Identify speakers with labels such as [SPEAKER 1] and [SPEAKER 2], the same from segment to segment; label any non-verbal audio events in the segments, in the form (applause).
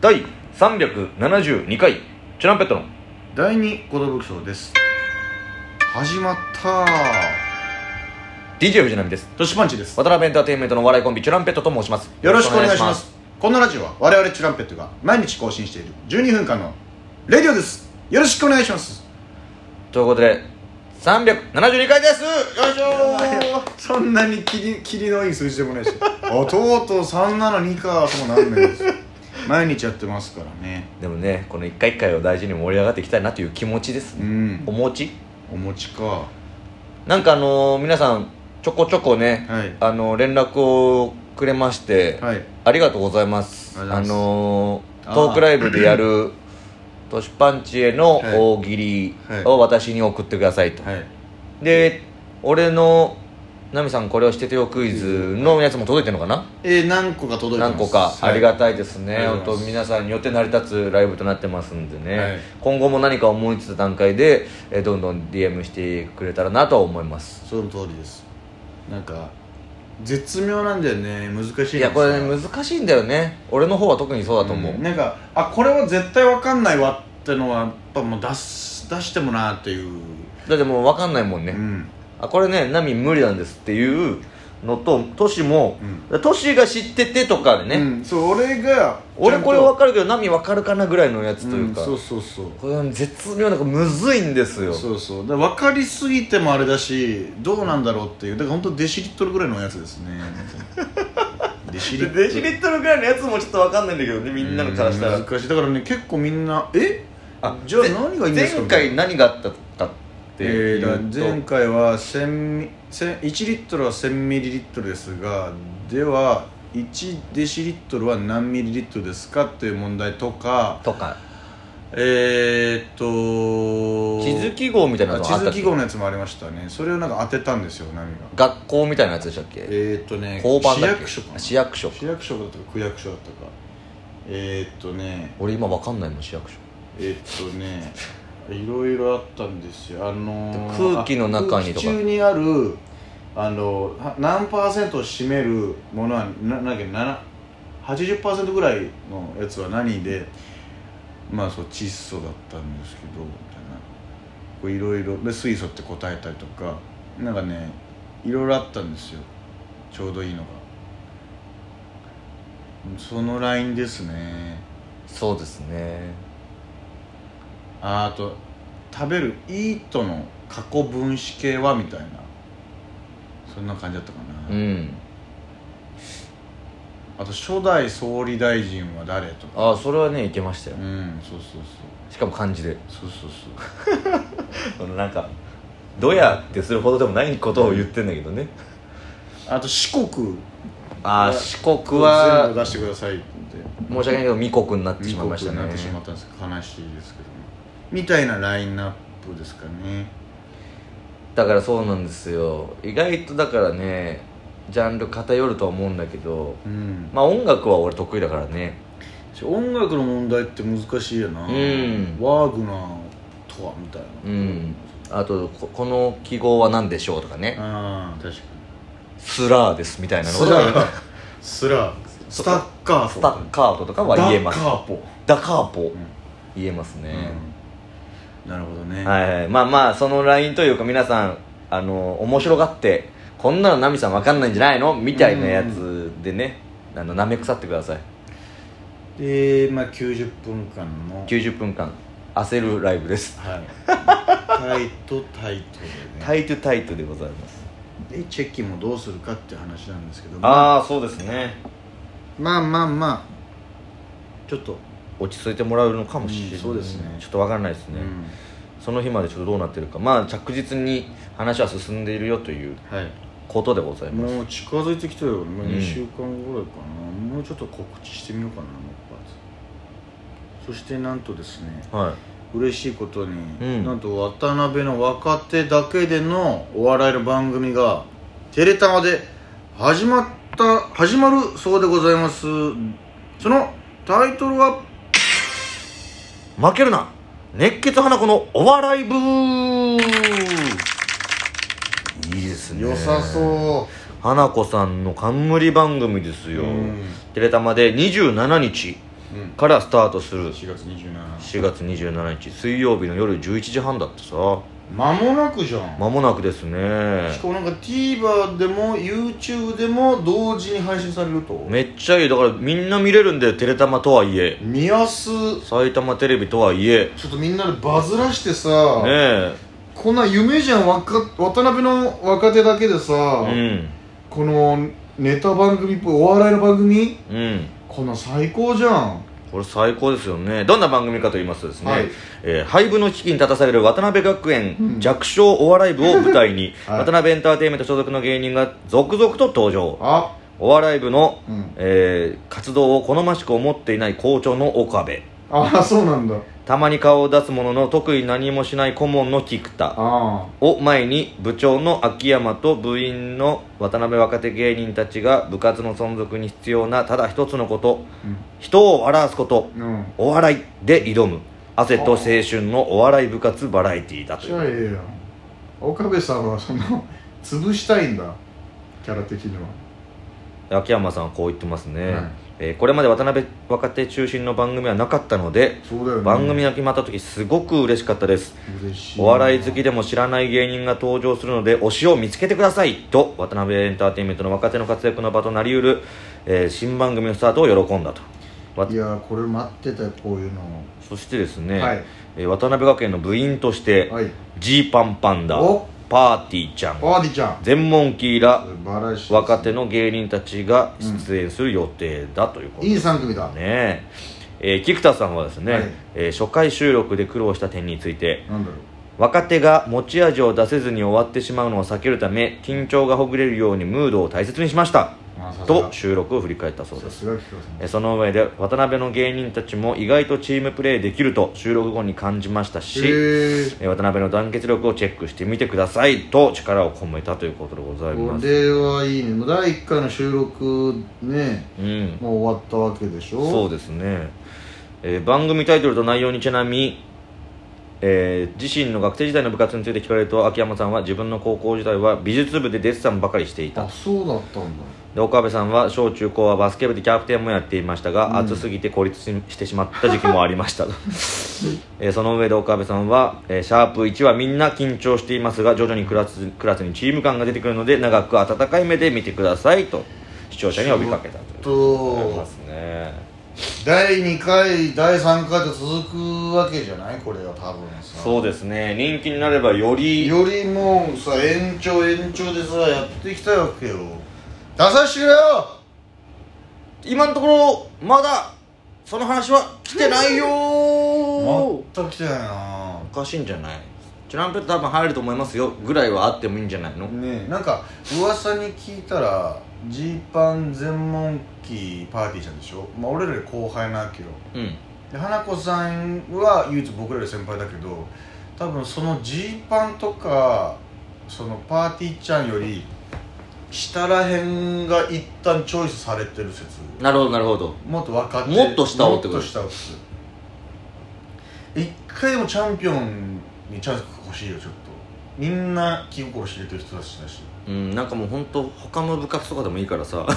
[SPEAKER 1] 第372回チュランペットの
[SPEAKER 2] 第二コ動ブショーです始まった
[SPEAKER 1] DJ 藤波です
[SPEAKER 2] トシパンチです
[SPEAKER 1] 渡辺エンターテインメントのお笑いコンビチュランペットと申します
[SPEAKER 2] よろしくお願いしますこのラジオは我々チュランペットが毎日更新している12分間のレディオですよろしくお願いします
[SPEAKER 1] ということで372回ですよいしょ
[SPEAKER 2] そんなに切り切りのいい数字でもないし (laughs) おとうとう372かともなんないですよ毎日やってますからね
[SPEAKER 1] ーでもねこの一回一回を大事に盛り上がっていきたいなという気持ちです、
[SPEAKER 2] うん
[SPEAKER 1] お餅
[SPEAKER 2] お餅かは
[SPEAKER 1] なんかあのー皆さんちょこちょこね、
[SPEAKER 2] はい
[SPEAKER 1] あの連絡をくれまして、
[SPEAKER 2] はい
[SPEAKER 1] ありがとうございます
[SPEAKER 2] あ
[SPEAKER 1] あ
[SPEAKER 2] りがとうございます
[SPEAKER 1] のー
[SPEAKER 2] あー
[SPEAKER 1] トークライブでやるトシパンチへの
[SPEAKER 2] はい
[SPEAKER 1] 大喜利
[SPEAKER 2] はい
[SPEAKER 1] を私に送ってくださいと、
[SPEAKER 2] い
[SPEAKER 1] で俺の「ナミさんこれをしててよクイズ」のやつも届いてるのかな
[SPEAKER 2] えー、何個か届いてます
[SPEAKER 1] 何個かありがたいです
[SPEAKER 2] あり
[SPEAKER 1] ね、
[SPEAKER 2] がとう
[SPEAKER 1] 本
[SPEAKER 2] ござい
[SPEAKER 1] 当
[SPEAKER 2] ます
[SPEAKER 1] 皆さんによって成り立つライブとなってますんでね、
[SPEAKER 2] はい
[SPEAKER 1] 今後も何か思いついた段階で、えーどんどん DM してくれたらなとは思います
[SPEAKER 2] その通りですなんか絶妙なんだよね難しいんです
[SPEAKER 1] い
[SPEAKER 2] よ
[SPEAKER 1] やこれね難しいんだよね俺の方は特にそうだと思う、
[SPEAKER 2] んなんかあこれは絶対わかんないわってのはやっぱもう出す出してもなっていう、
[SPEAKER 1] だってもう分かんないもんね、
[SPEAKER 2] うん
[SPEAKER 1] あこれねナミ無理なんですっていうのとトシも、トシが知っててとかでね、
[SPEAKER 2] うんそう俺が
[SPEAKER 1] 俺これ
[SPEAKER 2] は
[SPEAKER 1] 分かるけどナミ分かるかなぐらいのやつというか、
[SPEAKER 2] そうそうそう
[SPEAKER 1] これ絶妙なんかむずいんですよ
[SPEAKER 2] そうそうで分かりすぎてもあれだしどうなんだろうっていうだから本当デシリットルぐらいのやつです
[SPEAKER 1] (laughs)
[SPEAKER 2] ねデシリットル
[SPEAKER 1] デシリットルぐらいのやつもちょっと分かんないんだけどねみんなのからしたら
[SPEAKER 2] うん難しいだからね結構みんなえ
[SPEAKER 1] あ
[SPEAKER 2] じゃあ何がいいんですか
[SPEAKER 1] 前回何があったかって
[SPEAKER 2] え
[SPEAKER 1] いう
[SPEAKER 2] ーだから
[SPEAKER 1] と、
[SPEAKER 2] 前回は1000ミ1000 1リットルは1000ミリリットルですがでは1デシリットルは何ミリリットルですかっていう問題とか
[SPEAKER 1] とか
[SPEAKER 2] えー、っと
[SPEAKER 1] 地図記号みたいなの
[SPEAKER 2] あ
[SPEAKER 1] が
[SPEAKER 2] 地
[SPEAKER 1] あった
[SPEAKER 2] 図
[SPEAKER 1] っけ
[SPEAKER 2] 記号のやつもありましたねそれをなんか当てたんですよ波が
[SPEAKER 1] 学校みたいなやつでしたっけ
[SPEAKER 2] えー、っとね
[SPEAKER 1] 交番
[SPEAKER 2] 市
[SPEAKER 1] だっけ
[SPEAKER 2] 役所かな
[SPEAKER 1] あ市役所
[SPEAKER 2] 市役所だったか区役所だったかえー、っとね
[SPEAKER 1] 俺今分かんないもん市役所
[SPEAKER 2] えっとねいろいろあったんですよあのー
[SPEAKER 1] 空気の中にとか
[SPEAKER 2] 空気中にあるあのは何パーセントを占めるものはななんだっけな80%ぐらいのやつは何でまあそう窒素だったんですけどみたいなこういろいろで水素って答えたりとかなんかねいろいろあったんですよちょうどいいのがそのラインですね
[SPEAKER 1] そうですね
[SPEAKER 2] ああと食べる「イート」の過去分子系はみたいなそんな感じだったか
[SPEAKER 1] う
[SPEAKER 2] な、
[SPEAKER 1] ん
[SPEAKER 2] あと初代総理大臣は誰とか
[SPEAKER 1] ああそれはねいけましたよ
[SPEAKER 2] うんそうそう
[SPEAKER 1] しかも漢字で
[SPEAKER 2] そうそうそうそ
[SPEAKER 1] そのなんか「どや」ってするほどでもないことを言ってんだけどね、
[SPEAKER 2] うあと四国
[SPEAKER 1] ああ四国
[SPEAKER 2] 全
[SPEAKER 1] は
[SPEAKER 2] 部出してくださいって
[SPEAKER 1] 申し訳ないけど未国になって
[SPEAKER 2] 二
[SPEAKER 1] しまい
[SPEAKER 2] 国
[SPEAKER 1] ました
[SPEAKER 2] にな
[SPEAKER 1] ね
[SPEAKER 2] ってしまったんですけど悲しいですけどもみたいなラインナップですかね
[SPEAKER 1] だからそうなんですよ意外とだからねジャンル偏るとは思うんだけど
[SPEAKER 2] うん
[SPEAKER 1] まあ音楽は俺得意だからね
[SPEAKER 2] 音楽の問題って難しいよな、
[SPEAKER 1] うん
[SPEAKER 2] ワーグナーとはみたいな
[SPEAKER 1] うんあとここの記号は何でしょうとかね
[SPEAKER 2] ああ確かに
[SPEAKER 1] スラーですみたいなの
[SPEAKER 2] ス
[SPEAKER 1] が
[SPEAKER 2] ラースラースタッカー
[SPEAKER 1] ス
[SPEAKER 2] ポ
[SPEAKER 1] タッカートとかは言えます
[SPEAKER 2] ダッカーポ、
[SPEAKER 1] ダカーポ
[SPEAKER 2] うん
[SPEAKER 1] 言えますね、
[SPEAKER 2] うんなるほどね、
[SPEAKER 1] はいはいまあまあそのラインというか皆さんあの面白がってこんなのナミさんわかんないんじゃないのみたいなやつでねあの舐め腐ってください
[SPEAKER 2] で、まあ、90分間の、
[SPEAKER 1] 90分間焦るライブです
[SPEAKER 2] はい、タイトタイトでね
[SPEAKER 1] タイトタイトでございます
[SPEAKER 2] でチェキもどうするかっていう話なんですけどまあ
[SPEAKER 1] ああそうですね
[SPEAKER 2] まあまあまあちょっと、
[SPEAKER 1] 落ち着いてもらうのかもしれない、
[SPEAKER 2] うんそうですね
[SPEAKER 1] ちょっとわからないですね、
[SPEAKER 2] うん
[SPEAKER 1] その日までちょっとどうなってるかまあ着実に話は進んでいるよという
[SPEAKER 2] はい、
[SPEAKER 1] ことでございます
[SPEAKER 2] もう近づいてきたよ、まあ、
[SPEAKER 1] うん
[SPEAKER 2] 2週間ぐらいかな、もうちょっと告知してみようかなもう一発そしてなんとですね
[SPEAKER 1] は
[SPEAKER 2] 嬉しいことに、
[SPEAKER 1] うん
[SPEAKER 2] なんと渡辺の若手だけでのお笑いの番組がテレタマで始まった始まるそうでございますそのタイトルはい
[SPEAKER 1] 負けるな熱血花子のお笑い部いいですね
[SPEAKER 2] 良さそ
[SPEAKER 1] 花子さんの冠番組です
[SPEAKER 2] う、
[SPEAKER 1] よ、テレタマで27日
[SPEAKER 2] うん
[SPEAKER 1] からスタートする
[SPEAKER 2] 4月27日
[SPEAKER 1] 4月27日水曜日の夜11時半だってさ
[SPEAKER 2] 間もなくじゃん
[SPEAKER 1] 間もなくですね
[SPEAKER 2] しかもなんか TVer でも YouTube でも同時に配信されると
[SPEAKER 1] めっちゃいいだからみんな見れるんでテレタマとはいえ
[SPEAKER 2] 見やす
[SPEAKER 1] 埼玉テレビとはいえ
[SPEAKER 2] ちょっとみんなでバズらしてさ、
[SPEAKER 1] ねえ
[SPEAKER 2] こんな夢じゃんわか渡辺の若手だけでさ、
[SPEAKER 1] うん
[SPEAKER 2] このネタ番組っぽいお笑いの番組
[SPEAKER 1] うん
[SPEAKER 2] こんなん最高じゃん
[SPEAKER 1] これ最高ですよねどんな番組かと言いますとですね、
[SPEAKER 2] はい
[SPEAKER 1] えー廃部の危機に立たされる渡辺学園、
[SPEAKER 2] うん
[SPEAKER 1] 弱小お笑い部を舞台に、
[SPEAKER 2] (laughs) はい
[SPEAKER 1] 渡辺エンターテインメント所属の芸人が続々と登場
[SPEAKER 2] あ
[SPEAKER 1] お笑い部の、
[SPEAKER 2] うん
[SPEAKER 1] えー活動を好ましく思っていない校長の岡部
[SPEAKER 2] あそうなんだ
[SPEAKER 1] たまに顔を出すものの特に何もしない顧問の菊田
[SPEAKER 2] あ
[SPEAKER 1] を前に部長の秋山と部員の渡辺若手芸人たちが部活の存続に必要なただ一つのこと
[SPEAKER 2] あ
[SPEAKER 1] 人を笑わすこと
[SPEAKER 2] うん、うん、
[SPEAKER 1] お笑いで挑む汗と青春のお笑い部活バラエティーだとい
[SPEAKER 2] じゃ
[SPEAKER 1] う
[SPEAKER 2] あええやん岡部さんはその潰したいんだキャラ的には
[SPEAKER 1] 秋山さんはこう言ってますね、
[SPEAKER 2] はい
[SPEAKER 1] えーこれまで渡辺若手中心の番組はなかったので
[SPEAKER 2] そうだよね
[SPEAKER 1] 番組が決まった時すごく嬉しかったです
[SPEAKER 2] 嬉しいな
[SPEAKER 1] お笑い好きでも知らない芸人が登場するので推しを見つけてくださいと渡辺エンターテインメントの若手の活躍の場となりうる、えー新番組のスタートを喜んだとわ
[SPEAKER 2] いやーこれ待ってたよこういうの
[SPEAKER 1] そしてですね、
[SPEAKER 2] はい
[SPEAKER 1] えー渡辺学園の部員として
[SPEAKER 2] はい
[SPEAKER 1] ジーパンパンダ
[SPEAKER 2] お
[SPEAKER 1] パーティーちゃん
[SPEAKER 2] パーティーちゃん
[SPEAKER 1] 全モンキーら
[SPEAKER 2] 素晴らしいです
[SPEAKER 1] 若手の芸人たちが出演する予定だということ
[SPEAKER 2] いい
[SPEAKER 1] です
[SPEAKER 2] 3組だ
[SPEAKER 1] ね、えー菊田さんはですね、
[SPEAKER 2] はい
[SPEAKER 1] えー初回収録で苦労した点について
[SPEAKER 2] なんだろう
[SPEAKER 1] 若手が持ち味を出せずに終わってしまうのを避けるため緊張がほぐれるようにムードを大切にしました
[SPEAKER 2] あさすが
[SPEAKER 1] と収録を振り返ったそうで
[SPEAKER 2] さ
[SPEAKER 1] す
[SPEAKER 2] すが菊川さん
[SPEAKER 1] えーその上で渡辺の芸人たちも意外とチームプレーできると収録後に感じましたし、
[SPEAKER 2] へえ
[SPEAKER 1] えー渡辺の団結力をチェックしてみてくださいと力を込めたということでござい
[SPEAKER 2] こ
[SPEAKER 1] ます
[SPEAKER 2] れはいいねもう第1回の収録ね
[SPEAKER 1] うん
[SPEAKER 2] もう終わったわけでしょ
[SPEAKER 1] そうですね、えー番組タイトルと内容にちなみ、えー自身の学生時代の部活について聞かれると秋山さんは自分の高校時代は美術部でデッサンばかりしていた
[SPEAKER 2] あそうだったんだ
[SPEAKER 1] で岡部さんは小中高はバスケ部でキャプテンもやっていましたが、
[SPEAKER 2] うん
[SPEAKER 1] 暑すぎて孤立ししてしまった時期もありましたえーその上で岡部さんは、えーシャープ1はみんな緊張していますが徐々にクラスクラスにチーム感が出てくるので長く温かい目で見てくださいと視聴者に呼びかけたということでござい
[SPEAKER 2] と
[SPEAKER 1] ますね
[SPEAKER 2] 第2回第3回と続くわけじゃないこれは多分さ
[SPEAKER 1] そうですね人気になればより
[SPEAKER 2] よりもうさ延長延長でさやっていきたいわけよ出さしてくれよ
[SPEAKER 1] 今のところまだその話は来てないよー
[SPEAKER 2] 全く来てないな
[SPEAKER 1] おかしいんじゃないトランペット多分入ると思いますよぐらいはあってもいいんじゃないの
[SPEAKER 2] ねえなんか噂に聞いたらジーパン全モンキーパーティーちゃんでしょまあ俺らより後輩なわけよ
[SPEAKER 1] うん
[SPEAKER 2] で花子さんは唯一僕らより先輩だけど多分そのジーパンとかそのパーティーちゃんより下らへんが一旦チョイスされてる説
[SPEAKER 1] なるほどなるほど
[SPEAKER 2] もっと若手
[SPEAKER 1] もっと下をってこと
[SPEAKER 2] もっと下をっす一回でもチャンピオンにチャンス欲しいよちょっとみんな気心知れてる人たちだし
[SPEAKER 1] うんなんかもう本当他の部活とかでもいいからさ (laughs) もう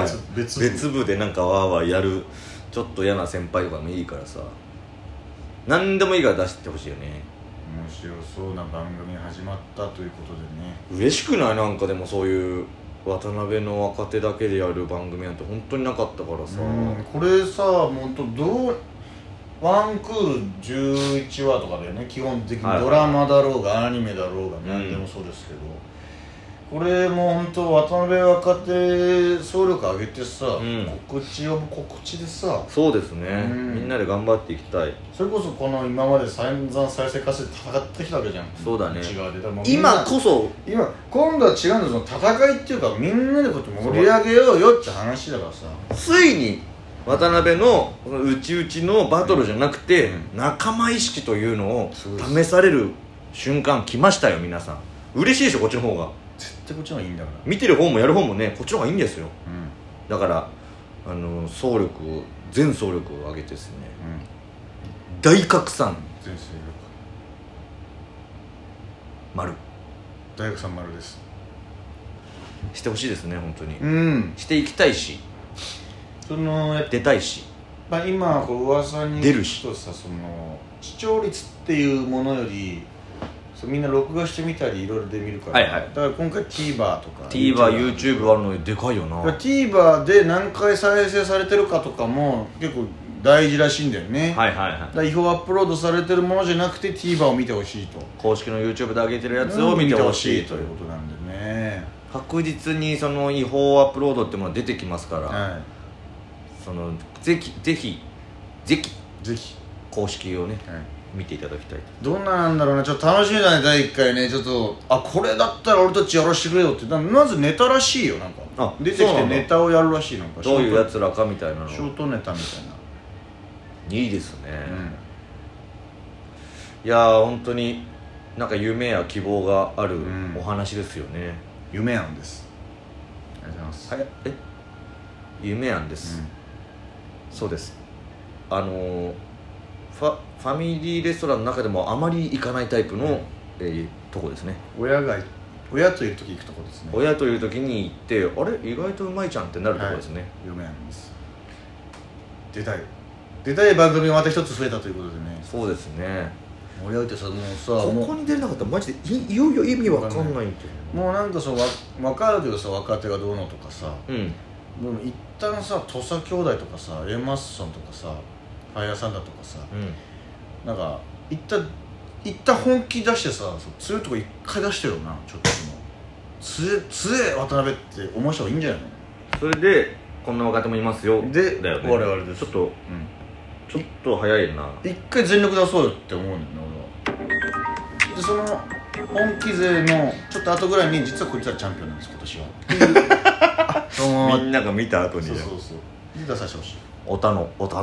[SPEAKER 2] 別別
[SPEAKER 1] 別部でなんかわーわーやるちょっと嫌な先輩とかでもいいからさ何でもいいから出してってほしいよね
[SPEAKER 2] 面白そうな番組が始まったということでね
[SPEAKER 1] 嬉しくないなんかでもそういう渡辺の若手だけでやる番組なんて本当になかったからさ、
[SPEAKER 2] うんこれさもうとどうワンクール11話とかだよね基本的
[SPEAKER 1] はい
[SPEAKER 2] にドラマだろうがアニメだろうが何で
[SPEAKER 1] うん
[SPEAKER 2] もそうですけど、これもう本当渡辺若手総力上げてさ、
[SPEAKER 1] ん
[SPEAKER 2] 告知を告知でさ
[SPEAKER 1] そうですね、
[SPEAKER 2] うん
[SPEAKER 1] みんなで頑張っていきたい
[SPEAKER 2] それこそこの今まで散々再生活性で戦ってきたわけじゃん
[SPEAKER 1] そうだね
[SPEAKER 2] 内側でだからもうみんな
[SPEAKER 1] 今こそ
[SPEAKER 2] 今今度は違うんですよ戦いっていうかみんなでこうやって盛り上げようよって話だからさ
[SPEAKER 1] ついに渡辺のうちうちのバトルじゃなくて、
[SPEAKER 2] う
[SPEAKER 1] 仲間意識というのを
[SPEAKER 2] そうで
[SPEAKER 1] 試
[SPEAKER 2] す
[SPEAKER 1] される瞬間来ましたよ皆さん嬉しいでしょこっちの方が
[SPEAKER 2] 絶対こっちの方がいいんだから
[SPEAKER 1] 見てる方もやる方もねこっちの方がいいんですよ
[SPEAKER 2] うん
[SPEAKER 1] だからあの総力を全総力を上げてですね
[SPEAKER 2] うん
[SPEAKER 1] 大拡散
[SPEAKER 2] 全勢力
[SPEAKER 1] 丸
[SPEAKER 2] 大学さん丸です
[SPEAKER 1] してほしいですね本当に
[SPEAKER 2] うん
[SPEAKER 1] していきたいし
[SPEAKER 2] そのやっ
[SPEAKER 1] 出たいし
[SPEAKER 2] ぱ今こう噂に
[SPEAKER 1] 出るし
[SPEAKER 2] 聞くとさその視聴率っていうものよりそうみんな録画してみたりいろいろで見るから、
[SPEAKER 1] はいはい
[SPEAKER 2] だから今回 TVer とか
[SPEAKER 1] TVerYouTube あるのにでかいよ
[SPEAKER 2] だから
[SPEAKER 1] な
[SPEAKER 2] TVer で何回再生されてるかとかも結構大事らしいんだよね、
[SPEAKER 1] はいはいはい
[SPEAKER 2] だから違法アップロードされてるものじゃなくて TVer を見てほしいと
[SPEAKER 1] 公式の YouTube で上げてるやつを見てほしいと
[SPEAKER 2] と
[SPEAKER 1] い
[SPEAKER 2] いううことなんでね
[SPEAKER 1] 確実にその違法アップロードってものは出てきますから、
[SPEAKER 2] は
[SPEAKER 1] そのぜひぜひぜひ
[SPEAKER 2] いぜひ、
[SPEAKER 1] 公式をね
[SPEAKER 2] はい、
[SPEAKER 1] 見ていただきたいと
[SPEAKER 2] どんななんだろうなちょっと楽しみだね第1回ねちょっとあこれだったら俺たちやらしてくれよってなまずネタらしいよなんか
[SPEAKER 1] あ
[SPEAKER 2] 出て
[SPEAKER 1] そ
[SPEAKER 2] き
[SPEAKER 1] うな
[SPEAKER 2] て
[SPEAKER 1] んだ
[SPEAKER 2] ネタをやるらしいなんか
[SPEAKER 1] どういうや
[SPEAKER 2] シ
[SPEAKER 1] つらかみたいなの
[SPEAKER 2] ョートショートネタみた
[SPEAKER 1] いいですね、
[SPEAKER 2] いな、
[SPEAKER 1] いやー本当になんか夢や希望がある
[SPEAKER 2] うん
[SPEAKER 1] お話ですよね、
[SPEAKER 2] 夢なんですありがとうございます、
[SPEAKER 1] はいえ夢なんです、そうですあのーファファミリーレストランの中でもあまり行かないタイプの、えーとこですね
[SPEAKER 2] うん、親が親といる時行くとこですね
[SPEAKER 1] 親という時に行ってあれ意外とうまいじゃんってなるところですね、
[SPEAKER 2] 夢なんです出たい出たい番組がまた一つ増えたということでね
[SPEAKER 1] そうですね
[SPEAKER 2] 親ってさもうさ
[SPEAKER 1] こ
[SPEAKER 2] も
[SPEAKER 1] こに出れなかったらマジでいいよいよ意味わかんないんだよ
[SPEAKER 2] うもうなんかそのわ分かるけどさ若手がどうのとかさ、
[SPEAKER 1] うん
[SPEAKER 2] でも一旦さ土佐兄弟とかさエマッソンとかさファイヤーサンダーとかさ
[SPEAKER 1] うん
[SPEAKER 2] なんか一旦一旦本気出してさそう強いとこ一回出してよなちょっとその強え強え渡辺って思わした方がいいんじゃないの
[SPEAKER 1] それでこんな若手もいますよ
[SPEAKER 2] で
[SPEAKER 1] だよね
[SPEAKER 2] 我々です
[SPEAKER 1] ちょっとちょっと早いな
[SPEAKER 2] 一回全力出そうよって思うねんだよね俺はでその本気勢のちょっと後ぐらいに実はこいつらチャンピオンなんです今年
[SPEAKER 1] (laughs)
[SPEAKER 2] はどうも
[SPEAKER 1] みんなが見た後に
[SPEAKER 2] そうそうそう出させてほしい
[SPEAKER 1] おたのおた